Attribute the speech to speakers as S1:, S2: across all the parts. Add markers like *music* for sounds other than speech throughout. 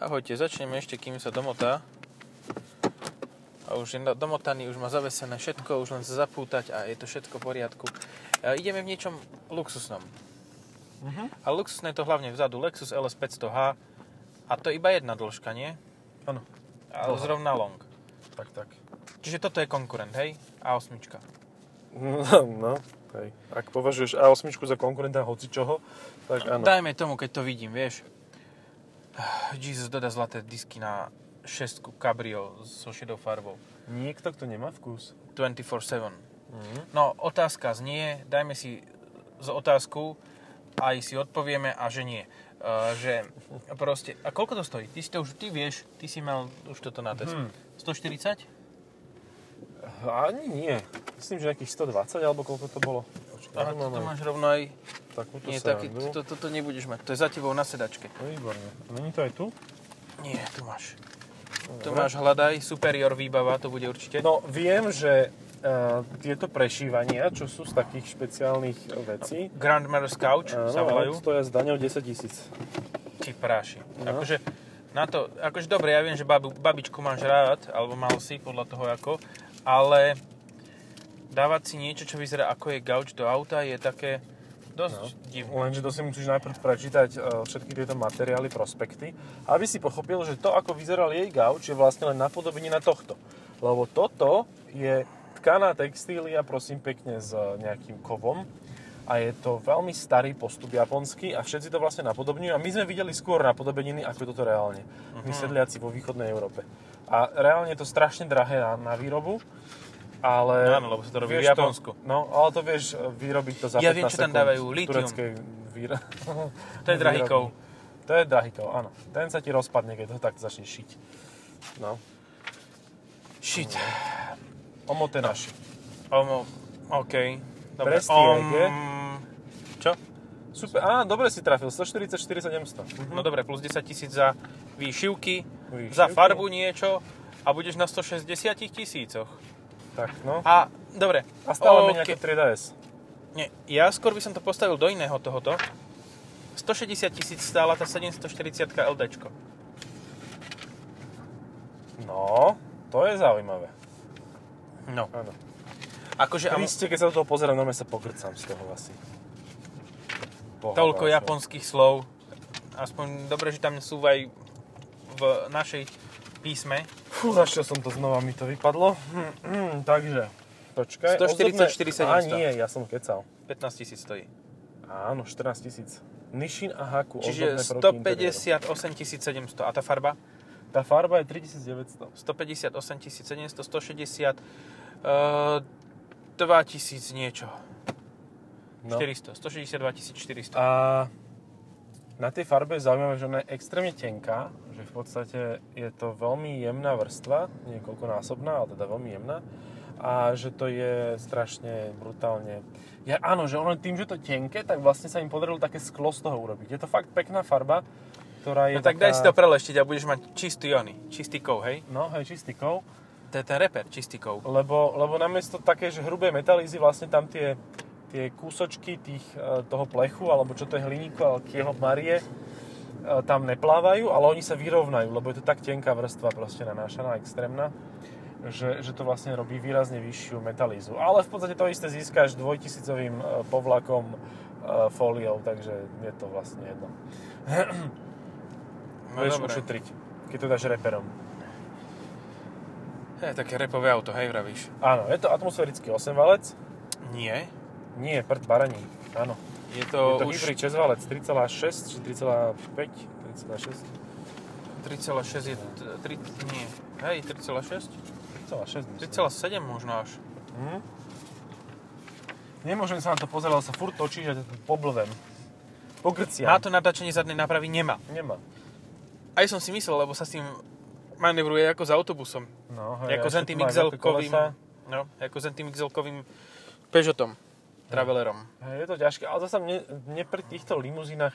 S1: Ahojte, začneme ešte, kým sa domotá. A už je na- domotaný, už má zavesené všetko, už len sa zapútať a je to všetko v poriadku. E, ideme v niečom luxusnom.
S2: Mhm.
S1: A luxusné je to hlavne vzadu Lexus LS 500H a to iba jedna dĺžka, nie?
S2: Áno,
S1: Ale
S2: Dlhá.
S1: zrovna long.
S2: tak, tak.
S1: Čiže toto je konkurent, hej? A8.
S2: *laughs* No, hej. Ak považuješ A8 za konkurenta hocičoho, tak áno.
S1: Dajme tomu, keď to vidím, vieš. Ah, Jesus doda zlaté disky na 6 Cabrio so šedou farbou.
S2: Niekto, kto nemá vkus.
S1: 24-7.
S2: Mhm.
S1: No, otázka znie, dajme si z otázku, aj si odpovieme a že nie. Uh, že proste, a koľko to stojí? Ty si to už, ty vieš, ty si mal už toto na test.
S2: Mhm.
S1: 140?
S2: Ani nie. Myslím, že nejakých 120 alebo koľko to bolo. Počkaj,
S1: Aha,
S2: tu máme
S1: toto máš rovno aj,
S2: Takúto
S1: nie,
S2: srandu.
S1: taký, toto to, to nebudeš mať, to je za tebou na sedačke.
S2: No, Výborne. A Není to aj tu?
S1: Nie, tu máš. Tu
S2: Dobre.
S1: máš hľadaj, superior výbava, to bude určite.
S2: No, viem, že eh, tieto prešívania, čo sú z takých špeciálnych eh, vecí,
S1: Grandmother's Couch sa
S2: Áno,
S1: volajú.
S2: stoja s daňou 10 tisíc.
S1: Ty práši.
S2: No.
S1: Akože, na to, akože dobre, ja viem, že babu, babičku máš rád, alebo mal si, podľa toho ako, ale dávať si niečo, čo vyzerá ako je gauč do auta, je také dosť no. divné.
S2: Lenže to si musíš najprv prečítať e, všetky tieto materiály, prospekty, aby si pochopil, že to, ako vyzeral jej gauč, je vlastne len napodobenie na tohto. Lebo toto je tkaná textília, prosím pekne, s e, nejakým kovom a je to veľmi starý postup japonský a všetci to vlastne napodobňujú a my sme videli skôr napodobeniny ako toto reálne.
S1: Mhm.
S2: My sedliaci vo východnej Európe. A reálne je to strašne drahé na, na výrobu, ale...
S1: Áno, lebo sa to robí v
S2: vieš
S1: Japonsku.
S2: To, no, ale to vieš e, vyrobiť to za
S1: Ja viem, čo tam dávajú, litium.
S2: Tureckej vír...
S1: To je drahikov.
S2: To je drahikov, áno. Ten sa ti rozpadne, keď ho tak začne šiť. No.
S1: Shit.
S2: Omotenaši.
S1: Omo, OK. Dobre.
S2: Prestiege.
S1: čo?
S2: Super. Á, dobre si trafil. 144 700.
S1: No dobre, plus 10 tisíc za výšivky,
S2: Výšivky.
S1: za farbu niečo a budeš na 160 tisícoch.
S2: Tak, no.
S1: A, dobre.
S2: A
S1: OK.
S2: stále menej ako 3DS.
S1: Nie, ja skôr by som to postavil do iného tohoto. 160 tisíc stála tá 740 LD.
S2: No, to je zaujímavé.
S1: No.
S2: Áno.
S1: Akože am,
S2: Kriste, keď sa do toho pozerám, normálne sa pogrcam z toho asi. Pohoda,
S1: toľko
S2: čo?
S1: japonských slov. Aspoň dobre, že tam sú aj v našej písme.
S2: Fú, našiel som to znova, mi to vypadlo. Hm, hm, takže, počkaj.
S1: 144
S2: ozdobné- Á,
S1: 700.
S2: nie, ja som kecal.
S1: 15 tisíc stojí.
S2: Áno, 14 tisíc. Nishin a Haku.
S1: Čiže
S2: ozdobné prvky interiéru.
S1: 158 700. A tá farba?
S2: Tá farba je 3900.
S1: 158 700, 160, uh, 2000 niečo.
S2: No.
S1: 400, 162 400.
S2: A na tej farbe je zaujímavé, že ona je extrémne tenká, že v podstate je to veľmi jemná vrstva, niekoľkonásobná, ale teda veľmi jemná. A že to je strašne brutálne... Ja, áno, že ono tým, že to je tenké, tak vlastne sa im podarilo také sklo z toho urobiť. Je to fakt pekná farba, ktorá je
S1: No tak
S2: taká...
S1: daj si to preleštiť a budeš mať čistý ony, čistý kov, hej?
S2: No, hej, čistý kov.
S1: To je ten reper, čistý kov.
S2: Lebo, lebo namiesto také, že hrubé metalízy, vlastne tam tie, tie kúsočky tých, e, toho plechu, alebo čo to je hliníku, alebo kieho marie, e, tam neplávajú, ale oni sa vyrovnajú, lebo je to tak tenká vrstva proste nanášaná, extrémna, že, že to vlastne robí výrazne vyššiu metalízu. Ale v podstate to isté získaš dvojtisícovým e, povlakom e, fóliou, takže je to vlastne jedno.
S1: No
S2: Vieš
S1: dobre.
S2: ušetriť, keď to dáš reperom.
S1: To je také repové auto, hej, vravíš?
S2: Áno, je to atmosférický 8-valec,
S1: Nie.
S2: nie prd baraní, áno.
S1: Je
S2: Je
S1: to,
S2: to
S1: už
S2: hybrid 6 valec, 3,6 či 3,5? 3,6?
S1: 3,6 je... t- Tri, nie. Hej, 3,6?
S2: 3,6 myslím.
S1: 3,7 možno až.
S2: Mhm. Nemôžem sa na to pozerať, lebo sa furt točí, že poblvem. Pokrcia.
S1: Má to natáčanie zadnej nápravy? Nemá.
S2: Nemá.
S1: Aj som si myslel, lebo sa s tým manevruje ako s autobusom.
S2: No,
S1: ako
S2: a
S1: s
S2: ešte
S1: tým
S2: tu má aj veľké
S1: XL-kovým...
S2: kolesa.
S1: No, ako s tým XL-kovým Peugeotom. Travelerom.
S2: Hej, Je to ťažké, ale zase mne, mne pri týchto limuzínach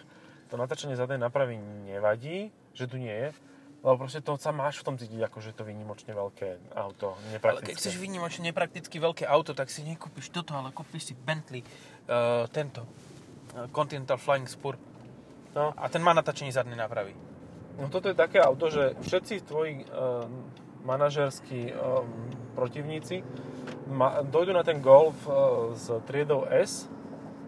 S2: to natáčanie zadnej nápravy nevadí, že tu nie je. Lebo proste to sa máš v tom cítiť, ako že je to vynimočne veľké auto,
S1: Ale
S2: nepraktické.
S1: keď chceš vynimočne neprakticky veľké auto, tak si nekúpiš toto, ale kúpiš si Bentley uh, tento. eh, Continental Flying Spur.
S2: No.
S1: A ten má natačenie zadnej nápravy.
S2: No toto je také auto, že všetci tvoji uh, manažerskí um, protivníci ma, dojdu na ten Golf uh, s triedou S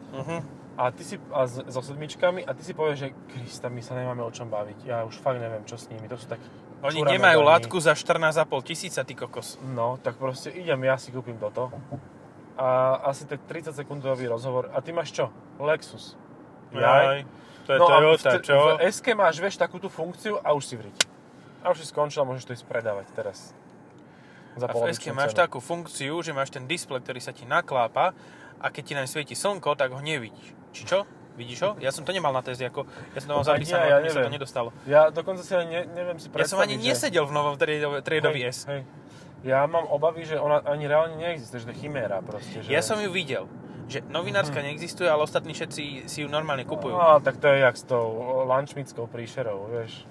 S1: Uh-huh.
S2: a, ty si, a s, so sedmičkami a ty si povieš, že Krista, my sa nemáme o čom baviť. Ja už fakt neviem, čo s nimi. To sú takí
S1: Oni
S2: čurané
S1: nemajú
S2: dolní.
S1: látku za 14,5 tisíca, ty kokos.
S2: No, tak proste idem, ja si kúpim toto. A asi tak 30 sekundový rozhovor. A ty máš čo? Lexus.
S3: Jaj. To
S1: No
S3: je Toyota,
S2: a No, v,
S3: čo?
S2: v SK máš, vieš, takú tú funkciu a už si vriť. A už si skončila, môžeš to ísť predávať teraz.
S1: A v
S2: Za polovičnú
S1: SK máš
S2: cenu.
S1: takú funkciu, že máš ten displej, ktorý sa ti naklápa a keď ti naň svieti slnko, tak ho nevidíš. Či čo? Vidíš ho? Ja som to nemal na test, ako... Ja som to mal
S2: Tak nie,
S1: zapísané,
S2: ja
S1: ale mne sa to
S2: neviem.
S1: nedostalo.
S2: Ja dokonca si ani ne, neviem si
S1: Ja
S2: predstaviť,
S1: som ani
S2: že-
S1: nesedel v novom tradeovi tradeovi
S2: Hej,
S1: S.
S2: hej. Ja mám obavy, že ona ani reálne neexistuje, že to je chiméra proste. Že...
S1: Ja som ju videl, že
S2: Mhm.
S1: novinárska neexistuje, ale ostatní všetci si ju normálne kupujú.
S2: No, tak to je jak s tou lančmickou príšerou, vieš.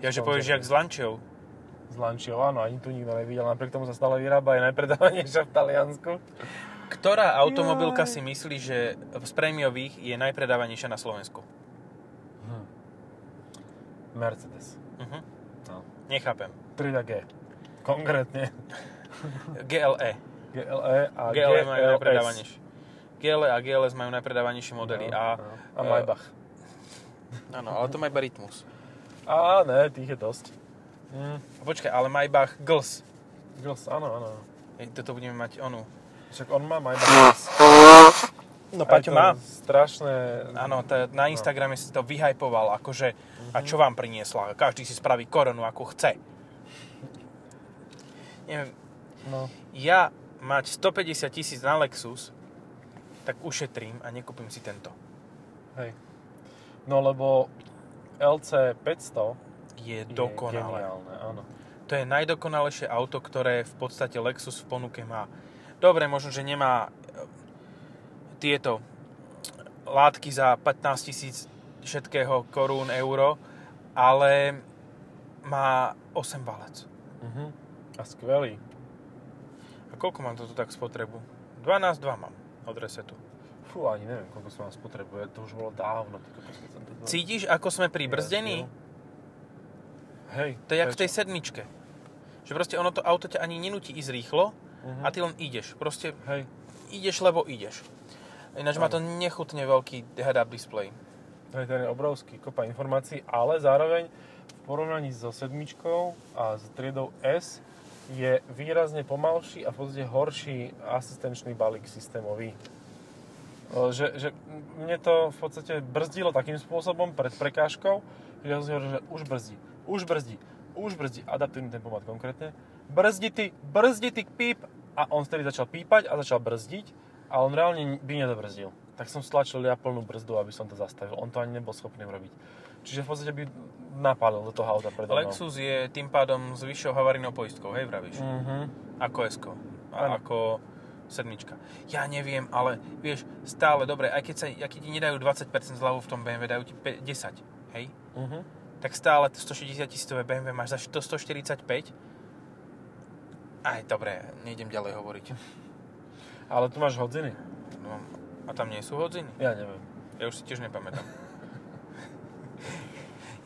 S1: Ja že povieš, že jak s lančou.
S2: z Lančiou, áno, ani tu nikto nevidel, napriek tomu sa stále vyrába, je najpredávanejšia v Taliansku.
S1: Ktorá automobilka
S2: Jaj.
S1: si myslí, že z prémiových je najpredávanejšia na Slovensku?
S2: Mercedes.
S1: Mhm.
S2: No.
S1: Nechápem.
S2: 3G. Konkrétne.
S1: GLE.
S2: GLE a
S1: GLE E majú
S2: GLS.
S1: najpredávanejšie. GLE a GLS majú najpredávanejšie modely.
S2: No,
S1: A, e,
S2: no. a Maybach.
S1: *laughs* Áno, ale to má iba Rytmus.
S2: A ne, tých je dosť. Mm,
S1: Počkaj, ale Maybach GLS.
S2: Girls, áno, áno.
S1: Ej, Toto budeme mať onu.
S2: Však on má Maybach. Girls.
S1: No
S2: A je to Strašné.
S1: Áno, tá, na Instagrame si to vyhajpoval, akože a čo vám priniesla? Každý si spraví koronu, ako chce. Neviem,
S2: No.
S1: ja mať 150 tisíc na Lexus, tak ušetrím a nekúpim si tento.
S2: Hej. No lebo LC 500
S1: Je
S2: je
S1: dokonalé.
S2: geniálne, áno.
S1: To je najdokonalejšie auto, ktoré v podstate Lexus v ponuke má. Dobre, možno, že nemá e, tieto látky za 15 tisíc všetkého korún, euro, ale má 8 valec.
S2: Mhm. A skvelý.
S1: A koľko mám toto tak spotrebu? 12,2 mám od resetu.
S2: Fú, ani neviem, koľko som vás potrebuje. To už bolo dávno. ty kokos, keď som to bol-
S1: Cítiš, ako sme pribrzdení?
S2: Hej.
S1: To je jak v tej sedmičke. Že proste ono to auto ťa ani nenúti ísť rýchlo a
S2: Uh-huh.
S1: ty len ideš. Proste
S2: Hej.
S1: ideš, lebo ideš. Ináč má to nechutne veľký head-up display.
S2: Hej, ten je obrovský, kopa informácií, ale zároveň v porovnaní so sedmičkou a s triedou S je výrazne pomalší a v podstate horší asistenčný balík systémový. O, Že, že mne to v podstate brzdilo takým spôsobom pred prekážkou, že ja som si hovoril, že už brzdí, už brzdí, už brzdí, adaptívny tempomat konkrétne, brzdi ty, brzdi ty, píp, a on vtedy začal pípať a začal brzdiť a on reálne by nedobrzdil. Tak som stlačil ja plnú brzdu, aby som to zastavil. On to ani nebol schopný urobiť. Čiže v podstate by napálil do toho auta predo mnou.
S1: Lexus je tým pádom s vyššou havarijnou poistkou, hej, vravíš?
S2: Mhm.
S1: Ako s
S2: Áno.
S1: a ako sedmička. Ja neviem, ale vieš, stále dobre, aj keď, sa, aj keď ti nedajú 20% zľavu v tom BMW, dajú ti pe- 10, hej?
S2: Mhm.
S1: Tak stále 160 tisícové BMW máš za 100, 145. Aj, dobre, nejdem ďalej hovoriť.
S2: Ale tu máš hodziny.
S1: No, a tam nie sú hodziny?
S2: Ja neviem.
S1: Ja už si tiež
S2: *laughs*
S1: nepamätám.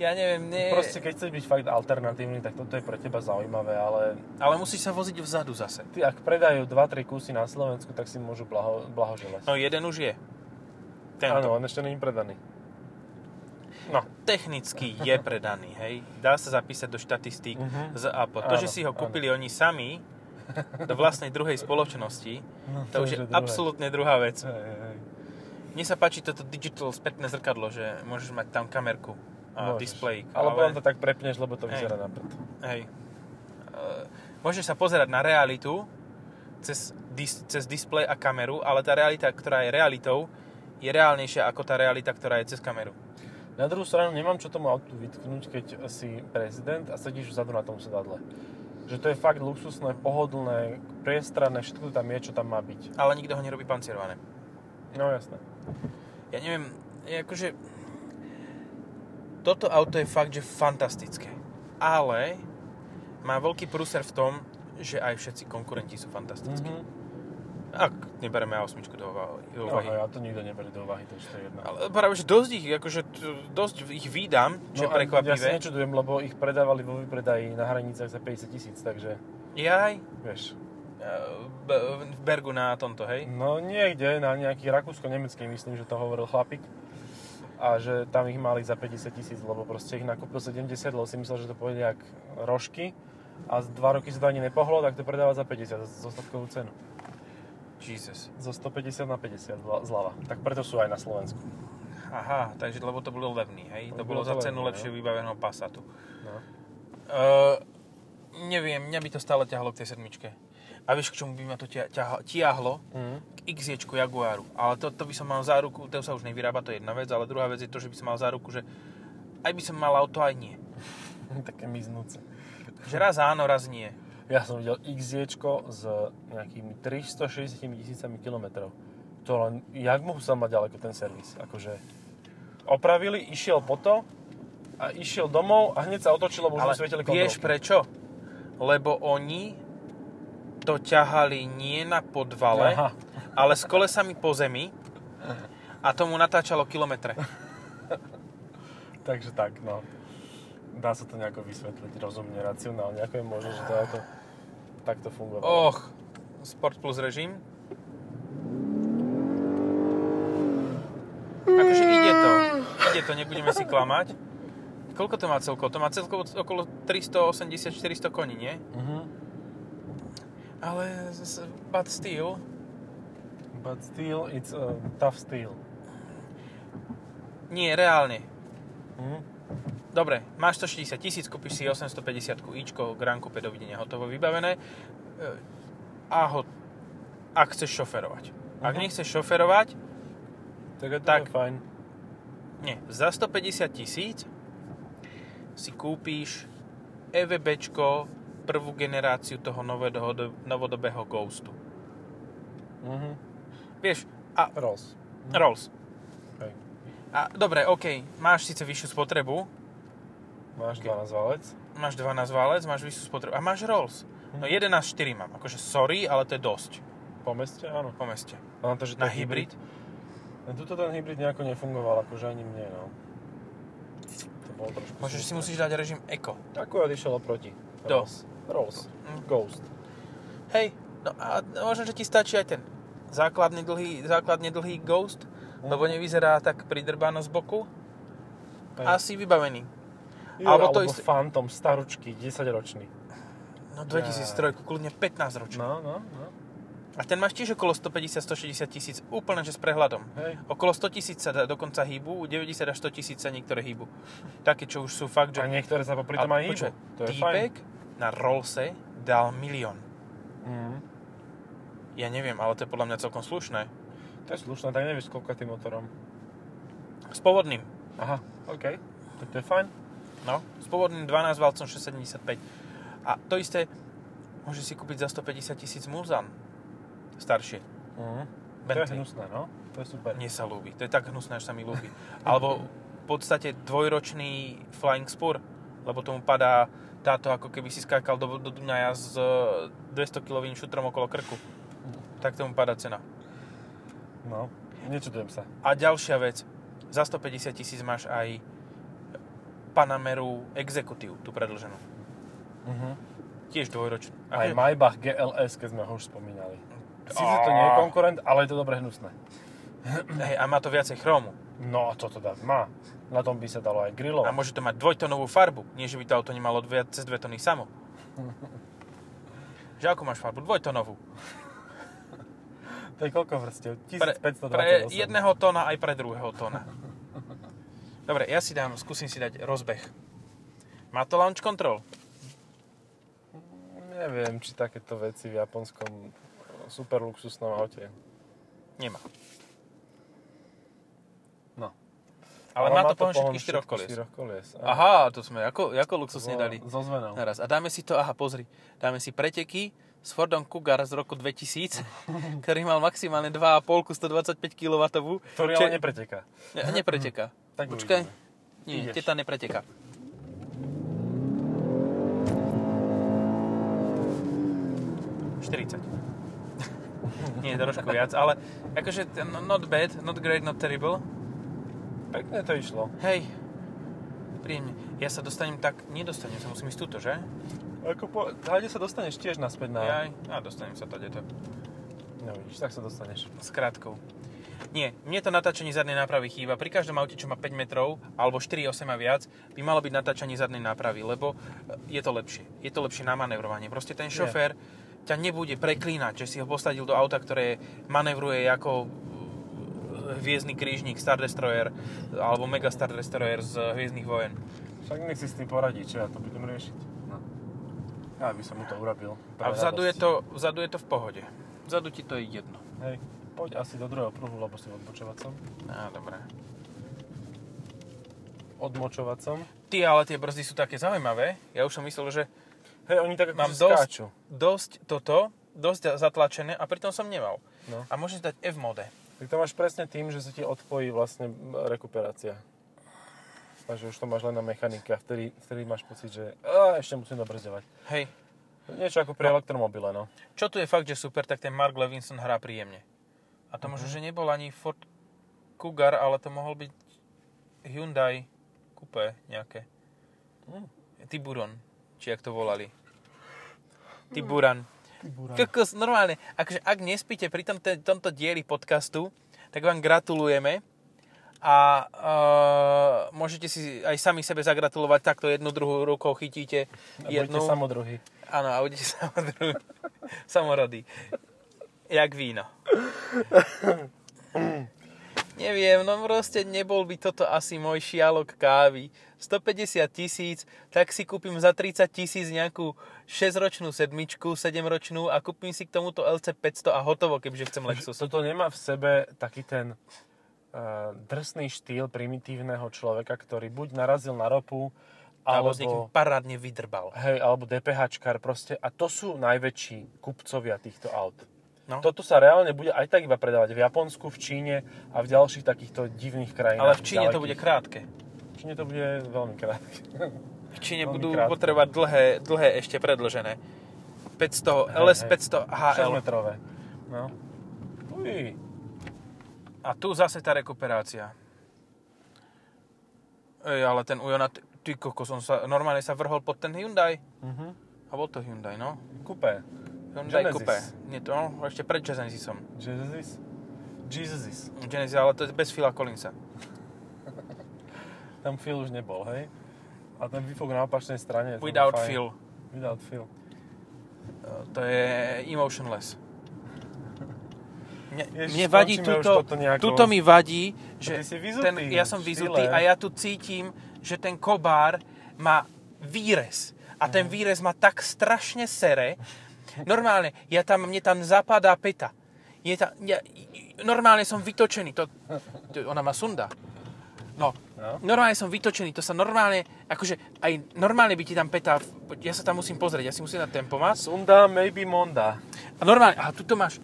S1: ja neviem, nie...
S2: Proste keď chceš byť fakt alternatívny, tak toto je pre teba zaujímavé, ale
S1: Ale musíš sa voziť vzadu zase.
S2: ty ak predajú 2-3 kusy na Slovensku, tak si môžu blaho, blahoželať.
S1: No jeden už je. Tento.
S2: Áno, on ešte není predaný. No,
S1: technicky je predaný, hej. Dá sa zapísať do štatistík
S2: Mhm.
S1: z APO. To,
S2: Áno,
S1: že si ho
S2: áno.
S1: kúpili oni sami do vlastnej druhej spoločnosti,
S2: no
S1: to už je absolútne druhá vec.
S2: Hej, hej, hej.
S1: Mne sa páči toto digital spätné zrkadlo, že môžeš mať tam kamerku a
S2: Môžeš.
S1: displejk.
S2: Alebo len to tak prepneš, lebo to
S1: Hej.
S2: vyzerá na prd.
S1: Hej. Eh, Môžeš sa pozerať na realitu cez, dis, cez displej a kameru, ale tá realita, ktorá je realitou, je reálnejšia ako tá realita, ktorá je cez kameru.
S2: Na druhú stranu nemám čo tomu autu vytknúť, keď si prezident a sedíš vzadu na tom sedadle. Že to je fakt luxusné, pohodlné, priestranné, všetko to tam je, čo tam má byť.
S1: Ale nikto ho nerobí pancierované.
S2: No jasné.
S1: ja neviem, je akože... Toto auto je fakt, že fantastické. Ale má veľký prúser v tom, že aj všetci konkurenti sú fantastickí.
S2: Mhm.
S1: Ak nebereme A8 do ova- do
S2: No,
S1: úvahy.
S2: ja to nikto neberie do váhy, takže to je jedno.
S1: Ale práve, že dosť ich, akože, t- dosť ich výdam, čo je
S2: No, a Ja
S1: prekvapivé.
S2: sa nečudujem, lebo ich predávali vo vypredaji na hranicách za 50 tisíc, takže
S1: Jaj,
S2: vieš.
S1: e, b- eh, v Bergu na tomto, hej?
S2: No niekde, na nejaký rakúsko-nemecký, myslím, že to hovoril chlapík. A že tam ich mali za 50 tisíc, lebo proste ich nakúpil 70, lebo si myslel, že to pôjde jak rožky. A z dva roky sa to ani nepohlo, tak to predáva za 50, za ostatkovú cenu.
S1: Jesus.
S2: Zo 150 na 50 zľa- zľava. Tak preto sú aj na Slovensku.
S1: Aha, takže lebo to bolo levný, hej? To,
S2: To
S1: bolo
S2: bolo
S1: za
S2: levný,
S1: cenu
S2: no.
S1: lepšie vybaveného Passatu.
S2: No.
S1: Uh, neviem, mňa by to stále ťahalo k tej sedmičke. A vieš, k čomu by ma to ťa- ťaha- tiahlo?
S2: Mm.
S1: K XJ Jaguaru. Ale to, to by som mal záruku, to sa už nevyrába, to je jedna vec, ale druhá vec je to, že by som mal záruku, že aj by som mal auto, aj nie.
S2: *laughs* Také miznúce.
S1: Že raz áno, raz nie.
S2: Ja som videl XJ s nejakými 360 tisícami kilometrov. To len, jak mohol sa mať ďaleko ten servis? Akože opravili, išiel po to a išiel domov a hneď sa otočilo, lebo už mu svietili
S1: vieš
S2: kontrolky.
S1: prečo? Lebo oni to ťahali nie na podvale,
S2: Aha.
S1: ale s kolesami po zemi a tomu natáčalo kilometre.
S2: Takže tak, no. Dá sa to nejako vysvetliť rozumne, racionálne. Ako je možné, že to auto takto fungovalo?
S1: Och, Sport Plus režim. Akože ide to. Ide to, nebudeme si klamať. Koľko to má celkovo? To má celkovo okolo 380-400 koní, nie?
S2: Mhm.
S1: Ale z- z- but still,
S2: But still, it's a tough steel.
S1: nie, reálne.
S2: Mhm.
S1: Dobre, máš 160 tisíc, kúpiš si 850 ičko, Grand Coupe, dovidenia, hotovo, vybavené. E, A ho, ak chceš šoferovať. Ak
S2: Mhm.
S1: nechceš šoferovať,
S2: Tak, je to
S1: Tak.
S2: je fajn.
S1: Nie, za 150 tisíc si kúpíš EVBčko prvú generáciu toho novedohodo- novodobého Ghostu.
S2: Mhm.
S1: Vieš, a
S2: Rolls.
S1: Rolls.
S2: Hej.
S1: A dobre, OK, máš síce vyššiu spotrebu,
S2: Máš 12 valec.
S1: máš 12 válec, máš vyššiu spotrebu a máš Rolls. No 11,4 mám, akože sorry, ale to je dosť
S2: Po meste, áno.
S1: po meste.
S2: Mám to, že to
S1: Na
S2: je
S1: hybrid.
S2: No, Tuto ten hybrid nejako nefungoval, akože ani mne, no. To bolo trošku...
S1: Môžeš si
S2: smutné.
S1: musíš dať režim Eco.
S2: Akurát išiel oproti.
S1: To.
S2: Rolls. Rolls.
S1: Mm.
S2: Ghost.
S1: Hej, no a možno, že ti stačí aj ten základný dlhý, základne dlhý Ghost,
S2: No.
S1: lebo nevyzerá tak pridrbáno z boku.
S2: Hej.
S1: Asi vybavený.
S2: Jo,
S1: alebo
S2: alebo
S1: to
S2: to
S1: isté-
S2: Phantom, staručky, 10 ročný.
S1: No 2003, kľudne 15 ročný.
S2: No, no, no.
S1: A ten máš tiež okolo 150-160 tisíc, úplne že s prehľadom.
S2: Hej.
S1: Okolo 100 tisíc sa dá dokonca hýbu, 90 až 100 tisíc sa niektoré hýbu. Také, čo už sú fakt, že...
S2: A niektoré sa popri tom aj hýbu.
S1: počkaj,
S2: To je fajn.
S1: týpek na Rollse dal milión.
S2: Mm.
S1: Ja neviem, ale to je podľa mňa celkom slušné.
S2: To je slušné, tak nevieš, koľko je tým motorom.
S1: S pôvodným,
S2: Aha, OK. Tak to je fajn.
S1: no, s pôvodným 12 valcom 675. A to isté, môže si kúpiť za 150 tisíc Mulzan. Staršie.
S2: Mm. To je
S1: Mhm. Bentley.
S2: hnusné, no. To je super.
S1: Mne sa ľúbi. To je tak hnusné, až sa mi ľúbi. Alebo v podstate dvojročný Flying Spur, lebo tomu padá táto, ako keby si skákal do, do Dunaja s 200-kilovým šutrom okolo krku. Tak tomu padá cena.
S2: No, nečudujem sa.
S1: A ďalšia vec. Za 150 tisíc máš aj Panameru Executive, tú predlženú.
S2: Mhm.
S1: Tiež dvojročnú.
S2: Aj
S1: Akože-
S2: Maybach GLS, keď sme ho už spomínali. Sice to
S1: Á.
S2: nie je konkurent, ale je to dobre hnusné.
S1: hej, a má to viacej chromu.
S2: No a toto dá má. Na tom by sa dalo
S1: A
S2: aj grillovať.
S1: môže to mať dvojtonovú farbu. Nie, že by to auto nemalo dve, cez dve tony samo. Že ako máš farbu? Dvojtonovú.
S2: To je koľko vrstiev?
S1: Pre,
S2: 1528.
S1: pre jedného tóna aj pre druhého tóna. Dobre, ja si dám, skúsim si dať rozbeh. Má to launch control?
S2: Neviem, či takéto veci v japonskom super luxusnom aute.
S1: Nemá.
S2: No.
S1: Ale má to pohon
S2: pohon
S1: všetkých štyroch kolies.
S2: štyroch kolies. Áno.
S1: Aha, to sme ako, ako luxusne
S2: Bolo
S1: dali.
S2: So zmenou.
S1: Naraz. A dáme si to, aha, pozri, dáme si preteky s Fordom Cougar z roku 2000, ktorý mal maximálne 2,5 125 kW.
S2: Ktorý ale nepreteká.
S1: nepreteká.
S2: Tak
S1: Počkaj,
S2: uvidíme.
S1: nie,
S2: Mhm. Ideš.
S1: teta nepreteká. *laughs* Nie, trošku viac, ale akože t- no- not bad, not great, not terrible.
S2: Pekne to išlo.
S1: Hej, príjemne. Ja sa dostanem tak, nedostanem sa, musím ísť tuto, že?
S2: Ako po... Hade sa dostaneš tiež naspäť na...
S1: Jaj, a dostanem sa tady to.
S2: No vidíš, tak sa dostaneš.
S1: S krátkou. Nie, mne to natáčanie zadnej nápravy chýba. Pri každom aute, čo má 5 metrov, alebo 4, 8 a viac, by malo byť natáčanie zadnej nápravy, lebo e, je to lepšie. Je to lepšie na manevrovanie. Proste ten šofér ťa nebude preklínať, že si ho posadil do auta, ktoré manevruje ako e, hviezdny krížnik Star Destroyer alebo Mega Star Destroyer z e, Hviezdnych vojen.
S2: Však nech si s tým poradí, čo ja to budem riešiť. No. Ja by som mu to urobil.
S1: A
S2: Pre
S1: vzadu je,
S2: radosť.
S1: to, vzadu je to v pohode. Vzadu ti to je jedno.
S2: Hej, poď asi do druhého pruhu, lebo si odmočovať som.
S1: Á, dobré.
S2: Odmočovať som.
S1: Ty, ale tie brzdy sú také zaujímavé. Ja už som myslel, že
S2: Hej, oni tak
S1: Mám
S2: akože
S1: dosť.
S2: skáču.
S1: dosť toto, dosť zatlačené a pritom som nemal.
S2: No.
S1: A môžeš dať F mode.
S2: Tak to máš presne tým, že sa ti odpojí vlastne rekuperácia. A že už to máš len na mechanike a vtedy, vtedy máš pocit, že á, ešte musím dobrzdevať.
S1: Hej,
S2: Niečo ako pri elektromobile, no.
S1: čo tu je fakt, že super, tak ten Mark Levinson hrá príjemne. A to
S2: Mhm.
S1: možno, že nebol ani Ford Cougar, ale to mohol byť Hyundai Coupe nejaké.
S2: Mhm.
S1: Tiburon, či jak to volali. Tiburan. Kokos, normálne. Akože ak nespíte pri tomto, tomto dieli podcastu, tak vám gratulujeme a e, môžete si aj sami sebe zagratulovať takto jednu druhú rukou chytíte
S2: A
S1: jednu.
S2: budete samodruhy.
S1: Áno, a budete samodru... samorody. Jak víno. Neviem, no proste nebol by toto asi môj šialok kávy. 150 tisíc, tak si kúpim za 30 tisíc nejakú 6-ročnú sedmičku, 7-ročnú a kúpim si k tomuto LC 500 a hotovo, kebyže chcem Lexus.
S2: Toto nemá v sebe taký ten uh, drsný štýl primitívneho človeka, ktorý buď narazil na ropu,
S1: Alebo s niekým
S2: alebo,
S1: parádne vydrbal.
S2: hej, alebo DPHčkar proste. A to sú najväčší kupcovia týchto aut.
S1: No.
S2: Toto sa reálne bude aj tak iba predávať v Japonsku, v Číne a v ďalších takýchto divných krajinách.
S1: Ale v Číne to bude
S2: ďalekých.
S1: krátke.
S2: V Číne to bude veľmi krátke.
S1: V Číne
S2: Veľmi
S1: budú
S2: krátke.
S1: potrebovať dlhé, dlhé ešte predlžené. 500, LS 500
S2: *laughs*
S1: HL.
S2: 6 metrové. No. Uj.
S1: A tu zase tá rekuperácia. Ej, ale ten Ujona, ty, ty koko, som sa, normálne sa vrhol pod ten Hyundai.
S2: Mhm.
S1: A bol to Hyundai, no.
S2: Kupé.
S1: Hyundai
S2: Genesis.
S1: Coupe. Nie to, no, ešte pred Genesisom.
S2: Jesus. Jesus.
S1: Genesis, ale to je bez Phila Collinsa.
S2: Tam Phil už nebol, hej? A ten výfok na opačnej strane. to bol
S1: Without
S2: fajn.
S1: Phil.
S2: Without Phil.
S1: To je emotionless. Mne,
S2: Ježiš,
S1: mne vadí
S2: skončíme už
S1: tuto,
S2: toto nejako.
S1: tuto mi vadí, že
S2: ty si vyzutý, no,
S1: ten, ja som vyzutý
S2: File.
S1: a ja tu cítim, že ten kobár má výrez. A ten výrez ma tak strašne sere. Normálne, ja tam, mne tam zapadá peta. Je tam, ja, normálne som vytočený. To, to, ona ma sunda. No,
S2: No.
S1: normálne som vytočený. To sa normálne, akože aj normálne by ti tam peta, ja sa tam musím pozrieť, ja si musím dať tempomat.
S2: Sunda, maybe Monda.
S1: A normálne, a tu to máš,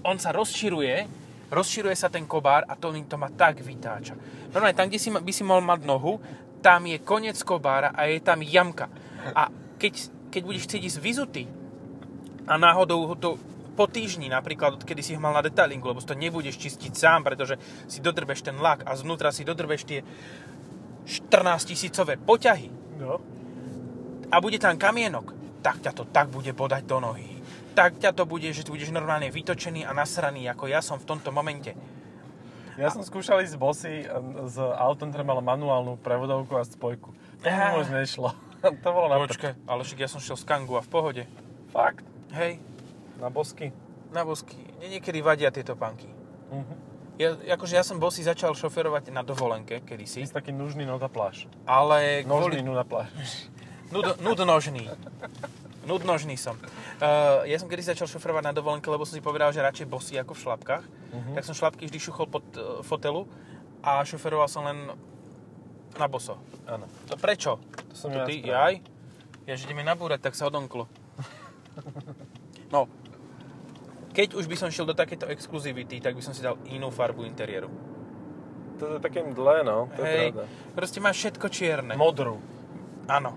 S1: on sa rozširuje, rozširuje sa ten kobár a to, to ma tak vytáča. Normálne, tam, kde si, ma- by si mal mať nohu, tam je koniec kobára a je tam jamka. A keď, keď budeš chcieť ísť vyzutý a náhodou ho to po týždni napríklad, odkedy si ho mal na detailingu, lebo si to nebudeš čistiť sám, pretože si dodrbeš ten lak a zvnútra si dodrbeš tie 14 tisícové poťahy,
S2: No.
S1: a bude tam kamienok, tak ťa to tak bude bodať do nohy. Tak ťa to bude, že tu budeš normálne vytočený a nasraný, ako ja som v tomto momente.
S2: Ja som skúšal ísť bosy s autom, ktoré malo manuálnu prevodovku a spojku. To mi
S1: Ah.
S2: moc nešlo. *laughs* to bolo na prd.
S1: Počkaj, ale však ja som šiel z Kangu a v pohode.
S2: Fakt.
S1: Hej,
S2: Na bosky.
S1: na bosky. Mne niekedy vadia tieto panky.
S2: Mhm.
S1: Ja, akože ja som bosy začal šoferovať na dovolenke
S2: Ty
S1: kedysi,
S2: si taký nužný no na pláž.
S1: ale kvôli...
S2: Nožný no na pláž.
S1: Nud, nudnožný. Nudnožný som. Uh, ja som kedy začal šoferovať na dovolenke, lebo som si povedal, že radšej bosy ako v šlapkách.
S2: Mhm.
S1: Tak som šlapky vždy šuchol pod uh, fotelu a šoferoval som len na boso.
S2: Áno.
S1: To prečo?
S2: To som
S1: To
S2: ja
S1: ty,
S2: spravil.
S1: jaj? Ja, že ideme nabúrať, tak sa odonklo. No, keď už by som šiel do takéto exkluzivity, tak by som si dal inú farbu interiéru.
S2: To je také mdlé, no. To je
S1: Hej,
S2: pravda.
S1: proste máš všetko čierne.
S2: Modrú.
S1: Áno.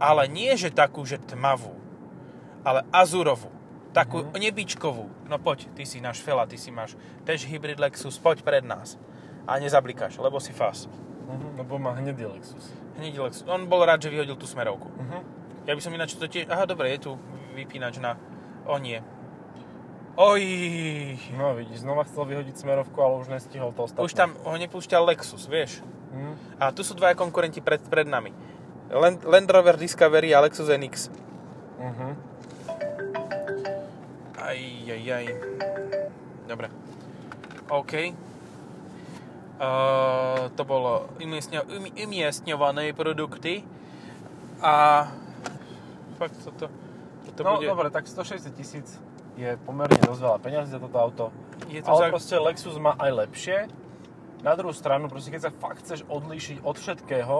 S1: Ale nie, že takú, že tmavú, ale azurovú. Takú mm-hmm. nebičkovú. No poď, ty si náš fela, ty si máš tež hybrid Lexus, poď pred nás. A nezablikáš, lebo si fas.
S2: Mhm, lebo má hnedý Lexus.
S1: Hnedý Lexus. On bol rád, že vyhodil tú smerovku. Ja by som ináč to tiež... Aha, dobre, je tu vypínač na... O nie. Oj,
S2: No vidíš, znova chcel vyhodiť smerovku, ale už nestihol to ostatné.
S1: už tam ho nepúšťal Lexus, vieš.
S2: Mhm.
S1: A tu sú dvaja konkurenti pred, pred nami. Land, Land Rover Discovery a Lexus NX.
S2: Mhm.
S1: Aj, aj, aj. Dobre. OK. Uh, to bolo umiestňo- um- umiestňované produkty. A fakt toto... toto
S2: No
S1: bude,
S2: dobre, tak 160 tisíc je pomerne dosť veľa peňazí za toto auto.
S1: Je to
S2: ale
S1: za-
S2: proste Lexus má aj lepšie. Na druhú stranu, proste keď sa fakt chceš odlíšiť od všetkého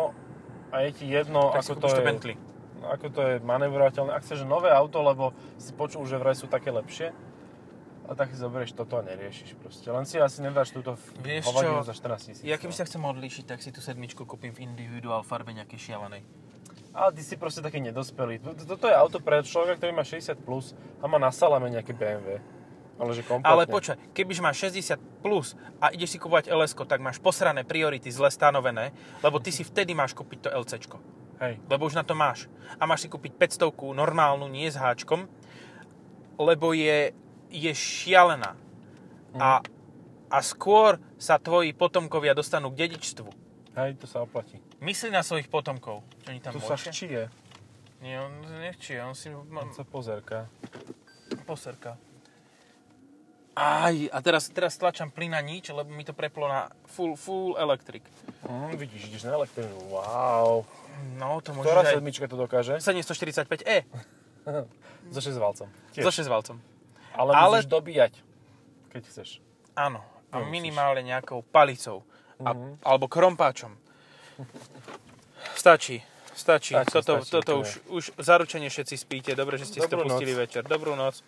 S2: a je ti jedno,
S1: tak si
S2: ako to,
S1: kúpiš to
S2: je,
S1: Bentley.
S2: ako to je manevrovateľné. Ak chceš nové auto, lebo si počul, že vraj sú také lepšie, a tak si zoberieš toto a neriešiš proste. Len si asi nedáš túto
S1: Vieš
S2: hovadinu
S1: čo?
S2: za 14 tisíc.
S1: Ja
S2: no.
S1: keby sa chcem odlíšiť, tak si tú sedmičku kúpim v individuál farbe nejakej šialenej.
S2: Ale ty si proste taký nedospelý. T- t- Toto je auto pre človeka, ktorý má 60 plus a má na salame nejaké BMW. Ale že kompletne.
S1: Ale počkaj, kebyže máš 60 plus a ideš si kupovať ls tak máš posrané priority zle stanovené, lebo ty si vtedy máš kúpiť to LCčko.
S2: Hej.
S1: Lebo už na to máš. A máš si kúpiť 500 normálnu, nie s háčkom, lebo je, je šialená.
S2: Mhm.
S1: A, a skôr sa tvoji potomkovia dostanú k dedičstvu.
S2: Hej, to sa oplatí.
S1: Mysli na svojich potomkov. Čo oni tam
S2: Tu sa
S1: močia?
S2: ščije.
S1: Nie, on nechčie, on si ma-
S2: On sa pozerka.
S1: poserka. Aj, a teraz, teraz tlačam plyn na nič, lebo mi to preplo na full, full electric.
S2: Mm, vidíš, ideš na elektrínu. Wow.
S1: No, to môžeš
S2: Mhm. Ktorá
S1: aj...
S2: sedmička to dokáže?
S1: 745e,
S2: So 6 valcom.
S1: so 6 valcom.
S2: Ale,
S1: ale-
S2: musíš dobíjať, keď chceš.
S1: Áno, a
S2: Nemusíš.
S1: minimálne nejakou palicou. A,
S2: Mhm.
S1: Alebo krompáčom. Stačí, stačí.
S2: Stačí,
S1: toto
S2: stačí,
S1: toto
S2: to
S1: už, už zaručene všetci spíte. Dobre, že ste si to
S2: Dobrú noc.
S1: pustili večer. Dobrú noc.